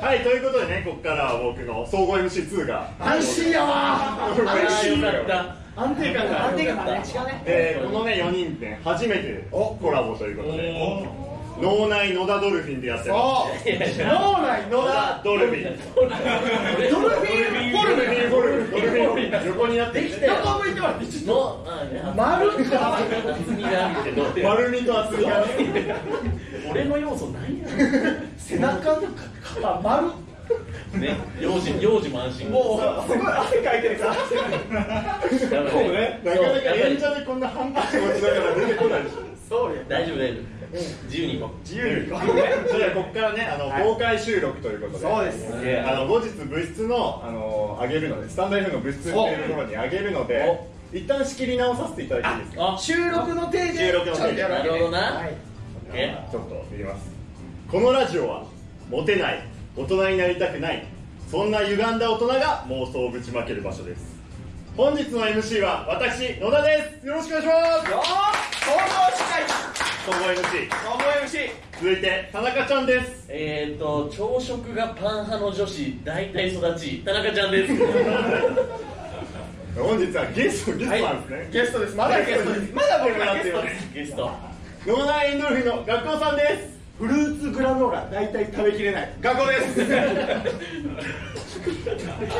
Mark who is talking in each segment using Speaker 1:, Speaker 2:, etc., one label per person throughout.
Speaker 1: はい、ということでね、ここからは僕の総合 MC2 が、
Speaker 2: 安心やわー
Speaker 1: 嬉しい
Speaker 2: 安定感が
Speaker 3: 安定感がね違うね
Speaker 1: えーこのね、4人で初めてコラボということで、脳内野田ドルフィンでやってま
Speaker 2: お脳内野
Speaker 1: す。野田
Speaker 2: 田
Speaker 1: ドルフィン。
Speaker 2: ドルフィンフォル
Speaker 1: ドル
Speaker 2: ム
Speaker 1: フィン、ドルフィン、ドルフィン、横になってきて、
Speaker 2: 横向いてもらってちょっと丸っと
Speaker 1: 丸みと厚みが。
Speaker 4: 俺の要素ないや
Speaker 2: 背中と肩丸
Speaker 4: んね幼児幼児も安心
Speaker 2: もうすごい汗かいてるから
Speaker 4: うだからね
Speaker 1: なかなか演者でこんな半端持ちながら出てこないでしょ。
Speaker 2: そうよ
Speaker 4: 大丈夫大丈夫自由に行こ
Speaker 1: 自由に行こうね。じゃあここからね、あの公開収録ということで。
Speaker 2: そうです
Speaker 1: えーあの後日部室のあのあげるので、スタンド F の部室っていうところにあげるので、一旦仕切り直させていただいていいですか。
Speaker 4: あ
Speaker 2: 収録の定時
Speaker 1: 収録の定時
Speaker 2: ちょっとや
Speaker 4: な
Speaker 2: ろう
Speaker 4: るほどな
Speaker 2: はい
Speaker 4: え
Speaker 1: ちょっと言いますこのラジオはモテない大人になりたくないそんな歪んだ大人が妄想をぶちまける場所です本日の MC は私野田ですよろしくお願いしま
Speaker 2: よー総合司会
Speaker 1: す総合 MC
Speaker 2: 総合 MC
Speaker 1: 続いて田中ちゃんです
Speaker 4: えーと朝食がパン派の女子大体育ち田中ちゃんです
Speaker 1: 本日はゲストゲストなんですね、
Speaker 2: ゲストですまだゲストですまだ僕らっていう
Speaker 4: ゲスト
Speaker 1: 脳内エンドルフィンの学校さんです
Speaker 2: フルーツグラノーラ大体食べきれない学校 です
Speaker 1: 脳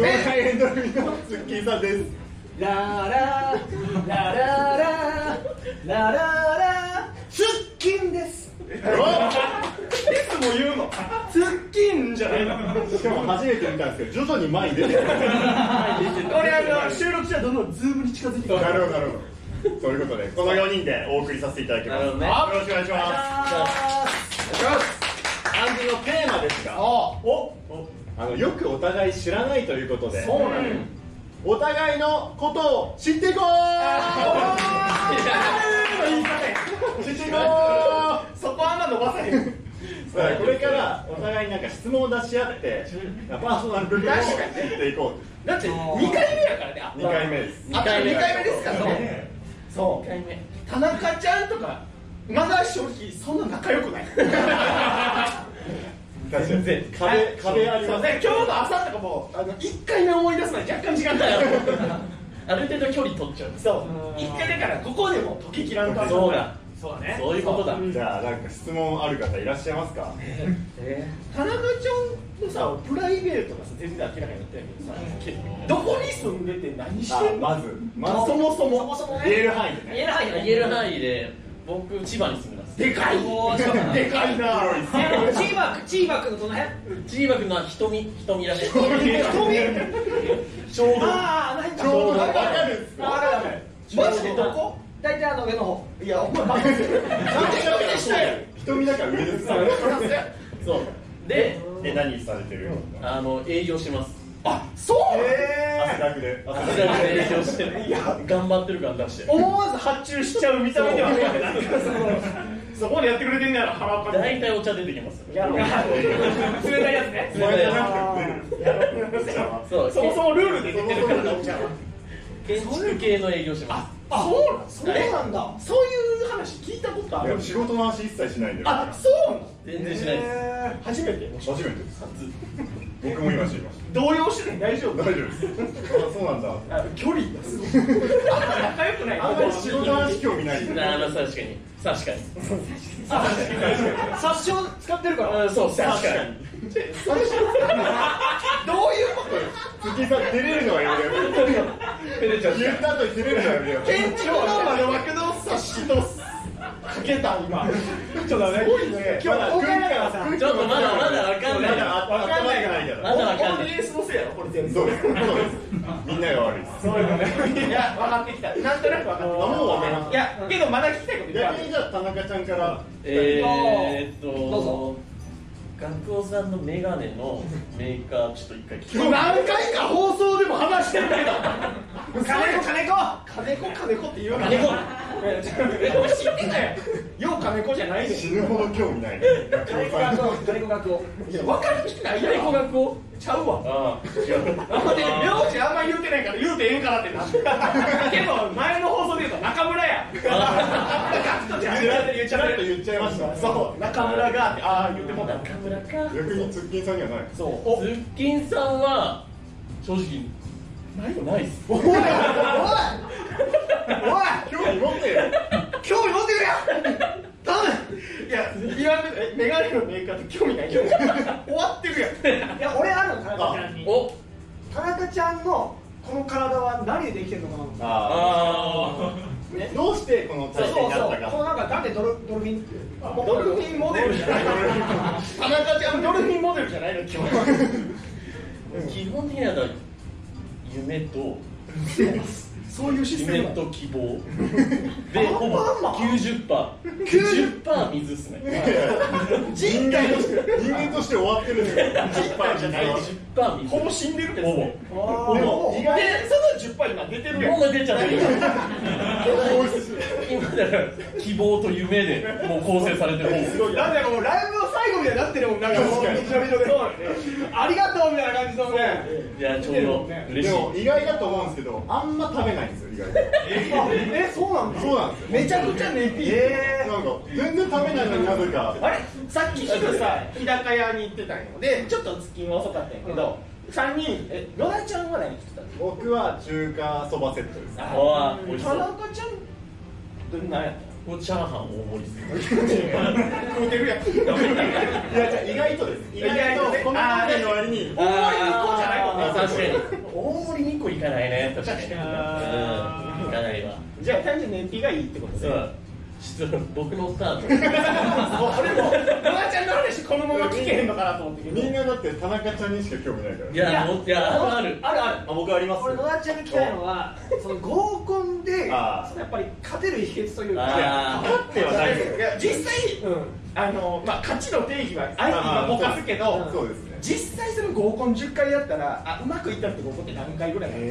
Speaker 1: 内エンドルフィンのツッキーさんです
Speaker 2: ララララララララツッキンですいつも言うのツッキンじゃないの
Speaker 1: おしかも初めて見たんですけど徐々に前に出てくる
Speaker 2: これあの収録中はどんどんズームに近づいてくる
Speaker 1: なるほどなるほどそういうことでこの4人でお送りさせていただきます
Speaker 4: なるほどね
Speaker 1: よろしくお願いします感じのテーマですがおあのよくお互い知らないということで
Speaker 2: そうなのよ
Speaker 1: お互いのことを知っていこう知っていこう
Speaker 2: そこはあんま伸ばさへん
Speaker 1: だからこれからお互いになんか質問を出し合ってパーソナル部分を知っていこう
Speaker 2: だって2回目やからねあ
Speaker 1: 2回目です
Speaker 2: あと2回目ですからねそう
Speaker 4: 回目
Speaker 2: 田中ちゃんとかまだ正直そんな仲良くない
Speaker 1: 全然壁壁あります
Speaker 2: ね今日の朝とかもあの1回目思い出すのは若干時間かかる
Speaker 4: ある程度距離取っちゃう
Speaker 2: そう1回だからここでも解ききらんと
Speaker 4: そうだ
Speaker 2: そうね
Speaker 4: そういうことだ
Speaker 1: じゃあなんか質問ある方いらっしゃいますか
Speaker 2: 田中ちゃんのさプライベートがさ全然明らかになってないけどさどこに住んでて何し
Speaker 1: あ
Speaker 2: てんの
Speaker 1: まずまず
Speaker 2: そもそもそもそも
Speaker 1: 言える範囲でね
Speaker 4: 言える範囲で言える範囲で僕千葉に住んでます
Speaker 2: でかいでかいな
Speaker 1: 広い
Speaker 3: いやでもチーバークチーバークのどの辺
Speaker 4: 千葉君のは瞳瞳らしい
Speaker 1: ちょうど
Speaker 2: ああ何
Speaker 1: ちょうどわかるんですよ
Speaker 2: わかるマジでどこ
Speaker 3: 大体あの上の方
Speaker 2: いやお前バカすぎるなんで一人でしたよ
Speaker 1: 瞳だから上です
Speaker 4: そうで
Speaker 1: え何されてる
Speaker 4: あの営業してます
Speaker 2: あそうなの
Speaker 1: 汗だくで
Speaker 4: 汗だくで営業して頑張ってる感出して
Speaker 2: 思わず発注しちゃう見た目ではないなんかそのそこまでやってくれてんねやろ腹パ
Speaker 4: 大体お茶出てきます
Speaker 2: やろ冷たいやつね
Speaker 1: お前じゃなくて
Speaker 4: そう
Speaker 2: そもそもルールで
Speaker 1: 出
Speaker 2: 出
Speaker 1: て
Speaker 2: て
Speaker 1: る
Speaker 2: る
Speaker 1: か
Speaker 2: から
Speaker 1: な
Speaker 2: らな
Speaker 1: お
Speaker 2: お
Speaker 1: 茶
Speaker 2: 茶
Speaker 1: は
Speaker 2: は
Speaker 4: 建築系の営業してます
Speaker 2: あそうなんそ
Speaker 3: そうなんだ
Speaker 2: そういう話聞いたことあ
Speaker 1: 出る
Speaker 2: る
Speaker 1: 仕事の話一切しないんで
Speaker 2: あそうなの
Speaker 4: 全然しないです
Speaker 2: 初めて
Speaker 1: 初めてです僕も今知りまし
Speaker 2: 動揺してない大丈
Speaker 1: た
Speaker 2: 夫
Speaker 1: 大丈夫ですあそうなんだ
Speaker 2: あ距離がすごい仲良くない
Speaker 1: あんまり仕事の話興味ないんで
Speaker 4: なあ確かに確かに
Speaker 3: 殺傷使ってるから
Speaker 4: うんそう確かに
Speaker 2: どういうことよ
Speaker 1: 月井さん照れるのはやめよう言った後に照れるのはやめよう
Speaker 2: 建築の窓枠の冊子とかけた今ちょっとすごいね今日は
Speaker 1: 今日は空気
Speaker 4: ちょっとまだまだわかんない
Speaker 1: まだあわかんないからいいから
Speaker 4: まだわかんない
Speaker 2: オーディエンスのせいやろこれ全部
Speaker 1: そうですそうですみんなが悪いです
Speaker 2: そういうのねいや分かってきたなんとなく分かってきた
Speaker 1: あもう分かりました
Speaker 2: いやけどまだ聞きたいこといっぱいあ
Speaker 1: 逆
Speaker 2: る
Speaker 1: にじゃあ田中ちゃんから
Speaker 4: えーっと
Speaker 3: どうぞ
Speaker 4: 学校さんのメガネのメーカーちょっと一回聞
Speaker 2: 今日何回か放送でも話してるけど
Speaker 3: 金子金子
Speaker 2: 金子金子って言うわけ
Speaker 4: 金子
Speaker 2: えお前知ってんだよよう金子じゃないねん
Speaker 1: 死ぬほど興味ないね。なんか
Speaker 3: 金子学を金子学を
Speaker 2: いや分かる気ないやん金子学をちゃうわ
Speaker 4: ああ
Speaker 1: 違う
Speaker 2: あんまね、名字あんま言うてないから言うてええんかなってなってでも前の放送で言うと中村やガクトちゃん
Speaker 1: ちらっと言っちゃ言っちゃいました。
Speaker 2: そう中村がってああ言うてもうた
Speaker 4: 中村か
Speaker 1: 逆にツッキンさんにはない。
Speaker 2: そう
Speaker 4: ズ
Speaker 2: お
Speaker 4: ッキンさんは正直ないよないっす
Speaker 3: おいおい
Speaker 1: 興味持ってよ。
Speaker 2: 興味持ってくれや頼むいや言わんとえメガネのメーカーって興味ないよ終わってるやん
Speaker 3: おいいや俺あるの田中ちゃんに
Speaker 4: お
Speaker 3: 田中ちゃんのこの体は何でできてるのかな
Speaker 1: あ
Speaker 4: あ
Speaker 1: あ。ねどうしてこの
Speaker 3: そう
Speaker 1: 体
Speaker 3: そう
Speaker 1: 験になった
Speaker 3: この
Speaker 1: か。
Speaker 3: なんかなんでドルドルフィンっていうあ
Speaker 2: ドルフィンモデルじゃない田中ちゃんドルフィンモデルじゃないの基本
Speaker 4: あ基本的にはだから夢と
Speaker 3: そういうシステ
Speaker 4: 夢
Speaker 3: ム
Speaker 4: と 希望でほぼ90パー
Speaker 3: 90
Speaker 4: 10%水っすね
Speaker 1: 人間として人間として終わってるんだよ。
Speaker 2: 人体じゃないでし
Speaker 4: 10%水
Speaker 2: ほぼ死んでるですね
Speaker 4: ほ
Speaker 3: あー
Speaker 2: で
Speaker 1: も
Speaker 2: も
Speaker 1: 意
Speaker 2: 意
Speaker 1: 外
Speaker 2: 外その10今出てるやん
Speaker 4: ぼもう出ちゃってる
Speaker 1: 本質
Speaker 4: 今だから希望と夢でもう構成されてる
Speaker 2: すごい
Speaker 3: なんだかもうライブの最後みたいになってるもんなんかもうびちょびちょでありがとうみたいな感じのね
Speaker 4: いやちょうど嬉
Speaker 1: で
Speaker 4: しい
Speaker 1: も意外だと思うんですけど、あんま食べないんですよ意外と。
Speaker 3: あえそうなんだ
Speaker 1: そうなんですよ。
Speaker 3: めちゃくちゃ寝ピ
Speaker 1: ええ。なんか全然食べないのになぜか。
Speaker 2: あれさっき昼さ日高屋に行ってたんよでちょっと月が遅かったんやけど、三人え野田ちゃんは何来てたの
Speaker 1: 僕は中華そばセットです。
Speaker 4: あー美味しそ
Speaker 3: 田
Speaker 4: う
Speaker 3: 中ちゃん
Speaker 2: どんなんやっ
Speaker 4: これチャーハン大盛りっすね
Speaker 2: たの食うてるやん大盛
Speaker 1: い
Speaker 2: り
Speaker 1: やじゃあ意外とです。意外とこの時の割に。
Speaker 2: 2個じゃないもん
Speaker 4: あ
Speaker 2: ね
Speaker 4: ー確かに大盛り2個いかないね確かにうんい
Speaker 2: あー
Speaker 4: かないわ
Speaker 2: じゃあ単純に燃費がいいってこと
Speaker 4: そ
Speaker 2: で
Speaker 4: うちょっと僕のスタート
Speaker 2: 俺も野田ちゃんの話このまま聞けへんのかなと思ってけど
Speaker 1: みんなだって田中ちゃんにしか興味ないから。
Speaker 4: いやもういやある
Speaker 3: あるある
Speaker 1: あ僕ありま
Speaker 3: 俺野田ちゃんに聞きたいのはその合コンでその
Speaker 1: あー
Speaker 3: やっぱり勝てる秘訣という
Speaker 4: あー
Speaker 3: か
Speaker 1: いや勝ってはないです
Speaker 2: いや実際
Speaker 3: うん
Speaker 2: あの、まあ、勝ちの定義は相手がぼかすけ
Speaker 3: あ
Speaker 2: ど
Speaker 3: ー
Speaker 1: そうですね。
Speaker 2: 実際その合コン10回やったらあうまくいったって合コンって何回ぐらいなの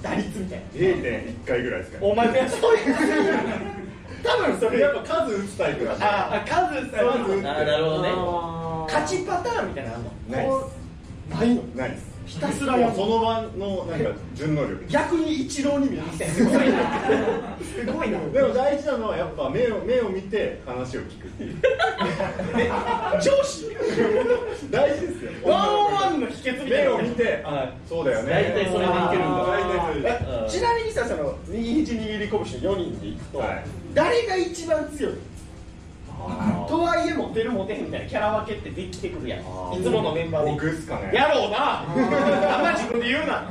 Speaker 2: 打率みたいな
Speaker 1: 0.1回ぐらいですかね
Speaker 2: お前ねそういう多分それやっ
Speaker 1: やっぱ数打つタイプだし
Speaker 2: ぱあ数さ
Speaker 1: 数打つ
Speaker 4: あーなるほどね
Speaker 3: あー
Speaker 2: 勝ちパターンみたいなのあんの
Speaker 1: ないです
Speaker 2: ないの
Speaker 1: ないです
Speaker 2: ひたすら
Speaker 1: も
Speaker 2: や
Speaker 1: う
Speaker 2: る
Speaker 1: その場のなんか順応力
Speaker 2: 逆に一郎に見えるみたいなすごいなすごいな
Speaker 1: でも大事なのはやっぱ目を目を見て話を聞くっていう
Speaker 2: 上司
Speaker 1: 大事ですよ
Speaker 2: ワンオンワンの秘訣みたい
Speaker 1: 目
Speaker 2: な
Speaker 1: を見て
Speaker 4: はい
Speaker 1: そうだよね
Speaker 4: 大体それでいけるんだ
Speaker 1: 大体それで
Speaker 2: えちなみにさその右肘握り拳の4人でいくと、
Speaker 1: はい
Speaker 2: 誰が一番強い
Speaker 1: あ
Speaker 2: とはいえモテるモテへんみたいなキャラ分けってできてくるやんい
Speaker 1: ー
Speaker 2: つものメンバーでいく
Speaker 1: 僕っすかね
Speaker 2: やろうなあんま自分で言うな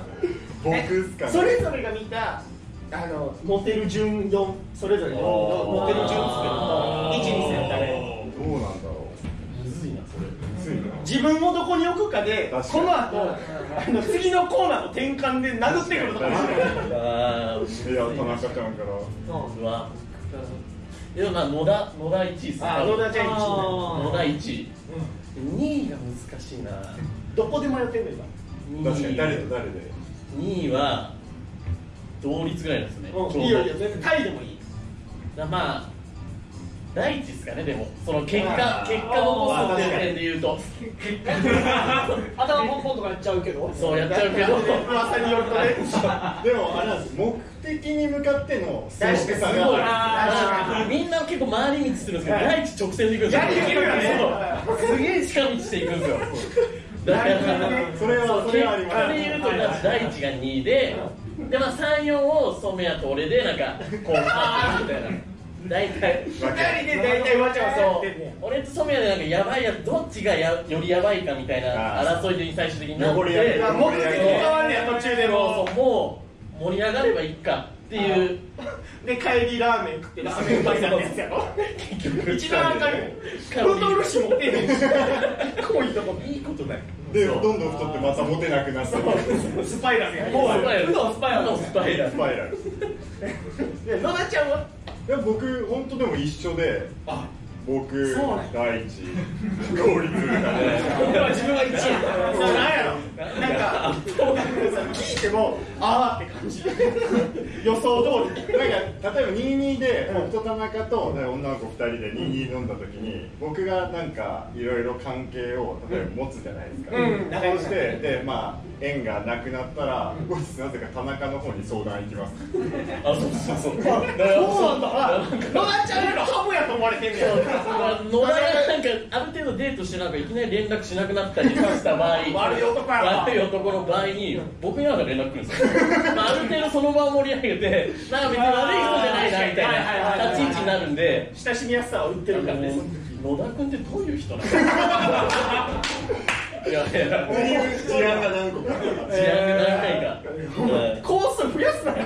Speaker 1: 僕っす かね
Speaker 2: それぞれが見たあのモテる順4それぞれのモテる順つける
Speaker 4: あー
Speaker 2: と1 2 3誰
Speaker 1: どうなんだろ
Speaker 4: むずいなそれ
Speaker 1: うついな
Speaker 2: 自分をどこに置くかで
Speaker 1: 確か
Speaker 2: こ
Speaker 1: に
Speaker 2: の後あの次のコーナーの転換で殴ってくるとか
Speaker 4: あー
Speaker 1: いや田中ちゃんから
Speaker 3: そう
Speaker 4: うわでもまあ野田野田1位です
Speaker 2: あ野田ちゃん1位ね
Speaker 3: あー
Speaker 4: 野田1位2位が難しい な
Speaker 2: どこで迷ってんの今
Speaker 4: 2位
Speaker 1: 確かに誰と誰で
Speaker 4: 2位は同率ぐらいなんですね、ちょうど
Speaker 2: いいよいいよ全然タイでもいい
Speaker 4: だまあ第一ですかねでもその結
Speaker 1: あ
Speaker 4: 果
Speaker 1: ー
Speaker 4: 結果を残すっていう点で言うと
Speaker 3: 頭ポンポンとかやっちゃうけど
Speaker 4: そうやっちゃうけど
Speaker 2: 噂によるとね
Speaker 1: でもあれなんです目的に向かってのす
Speaker 2: 確かにすごい
Speaker 4: あーみんな結構回り道するんですけど第一直線で行くんですよ
Speaker 2: やりきるよね
Speaker 4: そうすげえ近道していく んですよだから
Speaker 1: それは
Speaker 4: そう
Speaker 1: そ
Speaker 4: 結
Speaker 1: れはあり
Speaker 4: 果で言うと
Speaker 1: ま
Speaker 4: まず第一が2位ででまあ34を染谷と俺でなんかこうあーみたいな大体
Speaker 1: す
Speaker 2: 2人で大体わちゃわちゃやっ
Speaker 4: そ
Speaker 2: て
Speaker 4: うん
Speaker 2: ね
Speaker 4: 俺と染谷でなんかやばいやつどっちがやよりやばいかみたいな
Speaker 1: あー
Speaker 4: 争いに最終的になって
Speaker 1: 残りやり
Speaker 2: や目的変わんねや途中で
Speaker 4: そ
Speaker 2: も
Speaker 4: うそうもう盛り上がればいいかっていう
Speaker 2: で帰りラーメン食ってラーメンう まいなってやつやろ
Speaker 4: 結局
Speaker 2: 一番あかんよフードルシもええねん こういうとこいいことない
Speaker 1: で
Speaker 4: そう
Speaker 1: どんどん太ってまたモテなくなって
Speaker 2: スパイラルや
Speaker 4: もう
Speaker 2: うどんスパイラル
Speaker 4: スパイラル
Speaker 1: スパイラル
Speaker 2: で野田ちゃんはい
Speaker 1: や僕本当でも一緒で
Speaker 2: あ
Speaker 1: 僕
Speaker 2: そうなん
Speaker 1: 第一合理するかね
Speaker 2: 自分は1位なんやろなんか聞い
Speaker 1: してもあーって感じ予想通りなんか例えば22で僕と田中となんか女の子2人で22飲んだ時に僕がなんかいろいろ関係を例えば持つじゃないですか、
Speaker 3: うん
Speaker 1: そうしてでまあ縁がなくなったら後日なぜか田中の方に相談行きます
Speaker 4: あそうそうそう
Speaker 3: そうなんだ野田ちゃんよりハムやと思われてんね
Speaker 4: そう
Speaker 3: や
Speaker 4: 野田がなんかある程度デートしてなんかいきなり連絡しなくなったりした場合
Speaker 3: 悪い男やな
Speaker 4: 悪い男の場合に僕になんか連絡来るんですよ、まあ、ある程度その場を盛り上げてなんか別に悪い人じゃないなみ
Speaker 3: はいはいは
Speaker 4: たい
Speaker 3: いはい
Speaker 4: な立ち位置になるんで
Speaker 2: 親しみやすさを売って
Speaker 4: な
Speaker 2: る
Speaker 4: ん
Speaker 2: か
Speaker 4: からね
Speaker 2: ね
Speaker 4: 野田君ってどういう人な のいやいや
Speaker 1: っていう事案が何個か
Speaker 4: 違う何回か
Speaker 2: コース増やすなよ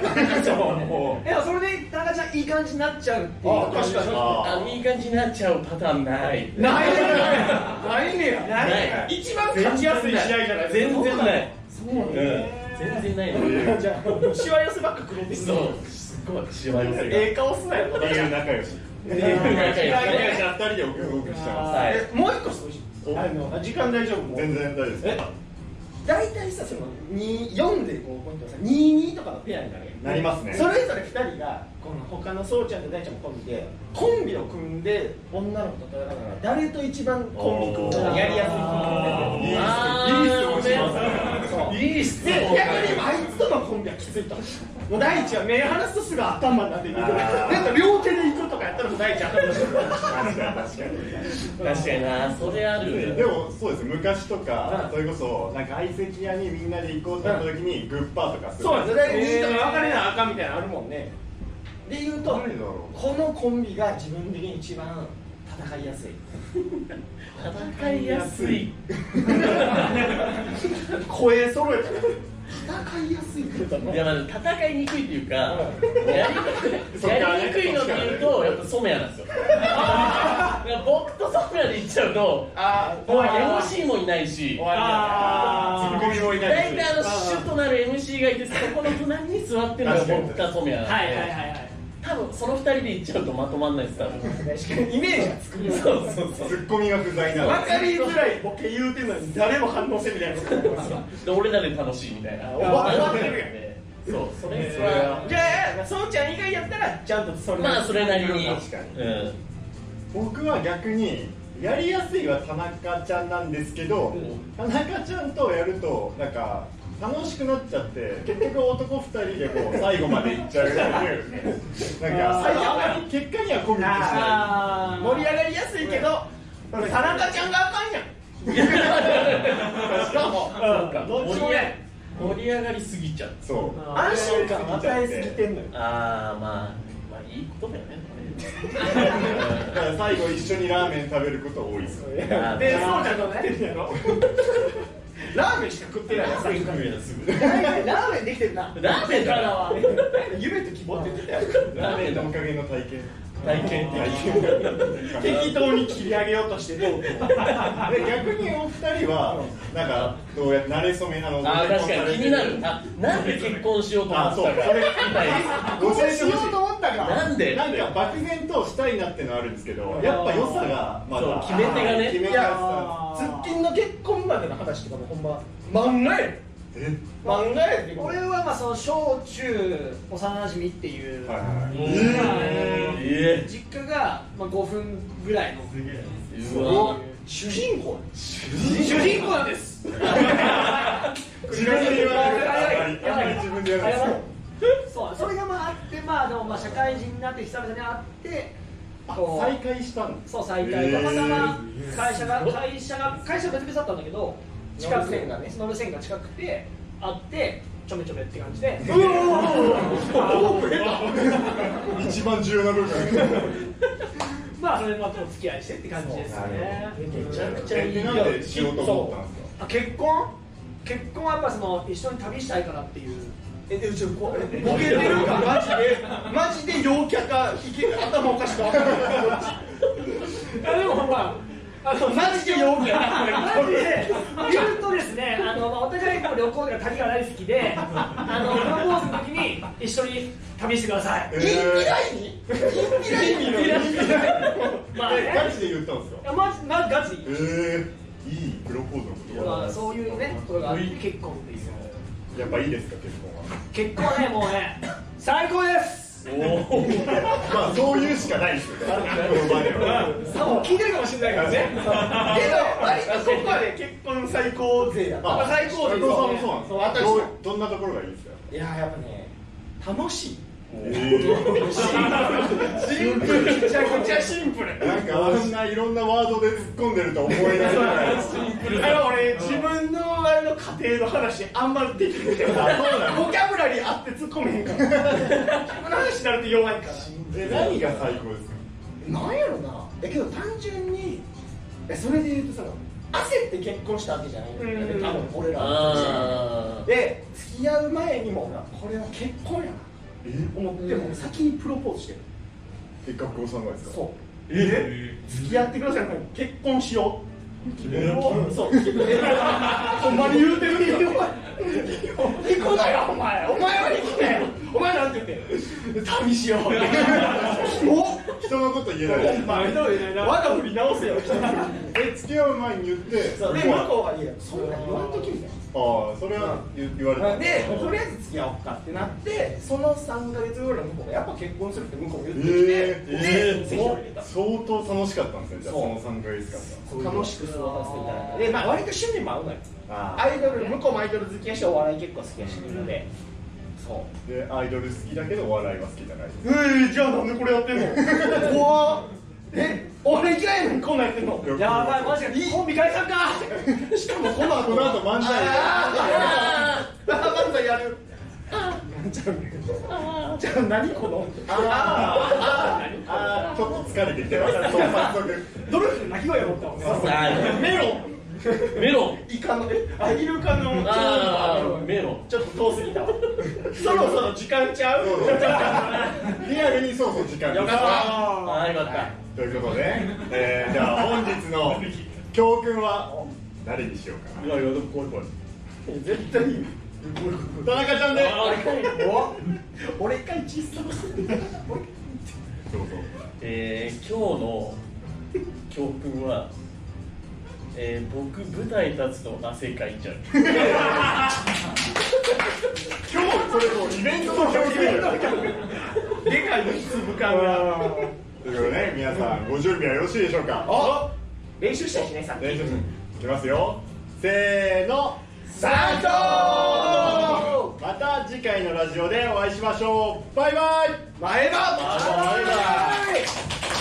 Speaker 3: いやそれで田中ちゃんいい感じになっちゃうっていう
Speaker 2: あ確かに
Speaker 4: あいい感じになっちゃうパターンない
Speaker 3: ないねないねや
Speaker 4: ない
Speaker 2: 一番勝ちやすい試合じゃない
Speaker 4: 全然ない
Speaker 3: そうなんだ
Speaker 4: 全然ないの
Speaker 2: じゃあしわ寄せばっかくれてる
Speaker 4: そうすっごいしわ寄せが
Speaker 2: ええ顔すなよ
Speaker 1: っていう仲良し
Speaker 4: っていうぐらい
Speaker 1: 仲
Speaker 4: が
Speaker 1: 良し
Speaker 4: ね
Speaker 1: な2人でオクオクしてま
Speaker 4: はい
Speaker 2: えもう一個してほしい
Speaker 1: お
Speaker 2: あの時間大丈夫
Speaker 1: す
Speaker 2: もう
Speaker 1: 全然大丈夫です
Speaker 2: え大体さそのに4でこうポイントがさ22とかのペアになるやん
Speaker 1: なりますね
Speaker 2: それぞれ2人がこの他のそうちゃんと大ちゃんもコンビでコンビを組んで女の子と戦うなら誰と一番コンビ組むのがやりやすい
Speaker 1: いい
Speaker 2: か
Speaker 1: 質問してま
Speaker 2: そう
Speaker 4: いい質
Speaker 2: で逆に今あいつとのコンビはきついともう大地は目離すとすぐ頭になっていく
Speaker 1: あー
Speaker 2: なんか両手で行くとかやったらもう大地頭になってく
Speaker 1: す確かに確かに
Speaker 4: 確かになそれある
Speaker 1: でもそうです昔とか、
Speaker 2: うん
Speaker 1: それこそなんか相席屋にみんなで行こうってなった時に、グッパーとかする
Speaker 2: そうなんですよ大
Speaker 3: へー
Speaker 2: 地とか別れなあかんみたいなのあるもんねで言うと
Speaker 1: 誰だろう
Speaker 2: このコンビが自分的に一番戦いやすい
Speaker 4: 戦いやすい
Speaker 2: 声揃えたら戦いやすいって言ったの
Speaker 4: いやまあ戦いにくいっていうかやりにくいやりにくいのっていうとやっぱ染谷なんですよ僕と染谷でいっちゃうと
Speaker 2: あー
Speaker 4: もう MC もいないし
Speaker 2: 終わり
Speaker 1: ツッコミもいない
Speaker 4: 大体あのシュッとなる MC がいてそこの隣に座ってるのが僕か染谷なんで、
Speaker 2: はいはいはいはい
Speaker 4: 多分その二人で行っちゃうとまとまんないです多分
Speaker 2: 確かにイメージがつく分
Speaker 4: そうそうそう
Speaker 1: ツッコミが不在なの
Speaker 2: かりづらいボケ言うてんのに誰も反応せんみたいなこと
Speaker 4: で俺らで楽しいみたいな
Speaker 2: 終わってるやんね
Speaker 4: そうそれそれは
Speaker 2: じゃあそうちゃん以外やったらちゃんとそれ
Speaker 4: まあそれなりに
Speaker 1: 確かに
Speaker 4: うん
Speaker 1: 僕は逆にやりやすいは田中ちゃんなんですけど、
Speaker 4: ん
Speaker 1: 田中ちゃんとやるとなんか楽しくなっちゃって結局男2人でもう最後まで行っちゃう っていうなんか最後あまり結果にはコミットしない
Speaker 3: あ
Speaker 2: 盛り上がりやすいけど田中ちゃんがあかんやんしかもどっちもや
Speaker 4: 盛り上がりすぎちゃう
Speaker 1: そう
Speaker 2: 安心感与えすぎてんのよ
Speaker 4: ああまあまあいいことだよね
Speaker 1: だから最後一緒にラーメン食べること多いです
Speaker 2: で、そうじゃな くてんやろ。ラーメンしか食ってないやつ。
Speaker 4: すぐ食えなすぐ
Speaker 3: あラーメンできてるな
Speaker 4: ラーメンだ
Speaker 3: からは
Speaker 2: 夢と希望って言ってたよ。
Speaker 1: ラーメンのおかげの体験
Speaker 4: 体験
Speaker 1: 体
Speaker 4: 的
Speaker 1: 験で
Speaker 2: 適当に切り上げようとしてどうこう
Speaker 1: 逆にお二人はなんかどうやって慣れ初めなの
Speaker 4: ああ確かに気になるあなんで結婚しようと思
Speaker 1: あ
Speaker 4: っ
Speaker 1: そう
Speaker 4: たか
Speaker 1: それ
Speaker 4: みたいです
Speaker 1: ご説
Speaker 3: し
Speaker 1: 明
Speaker 3: ようと思ったか
Speaker 4: なんで
Speaker 1: なんか漠然としたいなってのはあるんですけどやっぱ良さがまだ
Speaker 4: そう決め手がね
Speaker 1: 決め手
Speaker 2: い
Speaker 1: が
Speaker 2: や
Speaker 1: さ、
Speaker 2: ツッキンの結婚までの話とかもほんま漫画やん。
Speaker 1: え
Speaker 2: 漫画やで。
Speaker 3: 俺はまあその小中幼馴染っていう、
Speaker 1: はいはい
Speaker 3: うん
Speaker 4: え
Speaker 3: 実家がまあ5分ぐらいの
Speaker 4: えうわ
Speaker 2: 主人公。
Speaker 3: 主人公なんです
Speaker 1: 自分で言わないあんまりあんまり自分で言わないですよ
Speaker 3: そうそれがまああってまあでもまあ社会人になって久々に会ってこ
Speaker 1: 再
Speaker 3: う
Speaker 1: 会したんです
Speaker 3: そう再会たまたま会社が会社が会社は別々だったんだけど近く
Speaker 2: 乗る線がね
Speaker 3: 乗る線が近くて会ってちょめちょめって感じで
Speaker 2: うお
Speaker 1: 一番重要な部分
Speaker 3: まあそれでまあお付き合いしてって感じです
Speaker 1: そう
Speaker 3: ね
Speaker 1: な
Speaker 3: めちゃくちゃ
Speaker 1: えでなんでしようと思ったんですか
Speaker 3: あ結婚結婚はやっぱその一緒に旅したいからっていう
Speaker 2: え、で、うちこう。ボケてるか、マジで。マジで陽キャか、ひけ、頭おかしか。
Speaker 3: あでもまああ の
Speaker 2: マジで陽キャ。
Speaker 3: マジで言うとですねあの、まあ、お互いこう旅行とか旅が大好きであのプロポーズの時に一緒に旅してください
Speaker 2: インティライミ。インティライミの。
Speaker 3: まあ
Speaker 1: えガ
Speaker 3: ね
Speaker 1: チで言ったんですか
Speaker 3: いやまずまずガチで
Speaker 1: えー、いいプロポーズのこと
Speaker 3: まあ、そういうねことがあって結婚っていう
Speaker 1: やっぱいいですか結婚は
Speaker 3: 結婚はねもうね最高です
Speaker 4: おお
Speaker 1: まあそういうしかないですよねこの場では
Speaker 3: さもう聞いてるかもしれないからね
Speaker 2: 割とそこはね結婚最高勢や
Speaker 1: あ
Speaker 2: 最高
Speaker 1: 斉藤さん
Speaker 2: 勢
Speaker 1: もそうなんです
Speaker 2: そう
Speaker 1: ど
Speaker 2: 私
Speaker 1: うどんなところがいいですか
Speaker 2: いややっぱね楽しい
Speaker 1: シンプル
Speaker 2: めちゃくちゃシンプル
Speaker 1: なんかあんないろんなワードで突っ込んでると思えないぐらいあそう
Speaker 2: あの俺自分のあれの家庭の話あんまりできなくてボキ
Speaker 1: なの
Speaker 2: ャブラリーあって突っ込めへんから自分の話になると弱いから
Speaker 1: で何が最高ですか
Speaker 2: なんやろなえけど単純にえそれで言うとさ焦って結婚したわけじゃないよね
Speaker 3: うん
Speaker 2: 多分俺らは
Speaker 4: あー
Speaker 2: で付き合う前にもほらこれは結婚やな思ってもう先にプロポーズしてる
Speaker 1: せっかくおさんがですか
Speaker 2: そう付き合ってくださいの前に結婚しよう
Speaker 1: 決めろ
Speaker 2: そうほんまに言うてるよ行くなよお前お前は行きなよお前なんて言って旅しようキモ
Speaker 1: 人のこと言えない
Speaker 2: お前我が振り直せよ
Speaker 1: え付き合う前に言って
Speaker 2: そうで向こうはいやそんなん言わんときみたい
Speaker 1: ああそれは言言われ
Speaker 2: な
Speaker 1: た
Speaker 2: でとりあえず付き合おうかってなってその3ヶ月後ぐらいの向こうがやっぱ結婚するって向こうが言ってきて、
Speaker 1: えー
Speaker 2: で、
Speaker 1: え
Speaker 2: ぜひ入れた
Speaker 1: 相当楽しかったんですねじゃあ
Speaker 2: そう
Speaker 1: その3ヶ月間
Speaker 2: 楽しく過ごさせていただいたで、まあ、割と趣味も合うのよ
Speaker 1: あー
Speaker 2: アイドル向こうもアイドル好きやしお笑い結構好きやしみんなでそ
Speaker 1: でアイドル好きだけどお笑いは好きじゃないう
Speaker 2: えー、じゃあなんでこれやってんの怖っえお笑い嫌いなのにこんなんやってんの
Speaker 1: い
Speaker 3: やばいマジでコンビ解散か
Speaker 2: しかもこの
Speaker 1: こ
Speaker 2: 後
Speaker 1: の後漫才
Speaker 2: あーあー漫才やるじゃあ何このあー
Speaker 1: あーちょっと疲れてきてますそう早速
Speaker 2: ドルフの鳴き声やろったもん
Speaker 4: あ
Speaker 2: メロン
Speaker 4: ーメロン
Speaker 2: イカのえあイルカの
Speaker 4: あーメロン
Speaker 2: ちょっと遠すぎたわそろそろ時間ちゃう
Speaker 1: リアルにそうそう時間です
Speaker 4: よかった
Speaker 2: あ
Speaker 4: あーよかった
Speaker 1: ということで、えー、じゃあ本日の教訓は誰にしようかな
Speaker 2: 絶対いい
Speaker 1: 田中ちゃんで
Speaker 4: あー俺
Speaker 2: 俺一回小さ
Speaker 1: どうぞ
Speaker 4: えー、今日の教訓は、えー、僕舞台立つと汗かいちゃう
Speaker 1: 今日それもうイベントの教訓だよ
Speaker 2: でかいの粒感が
Speaker 1: ということでね皆さんご準備はよろしいでしょうか
Speaker 2: あ練習したしねさっき
Speaker 1: 大丈夫いきますよせーの
Speaker 2: スタート
Speaker 1: また次回のラジオでお会いしましょうバイバイ
Speaker 2: 前歯
Speaker 1: 前歯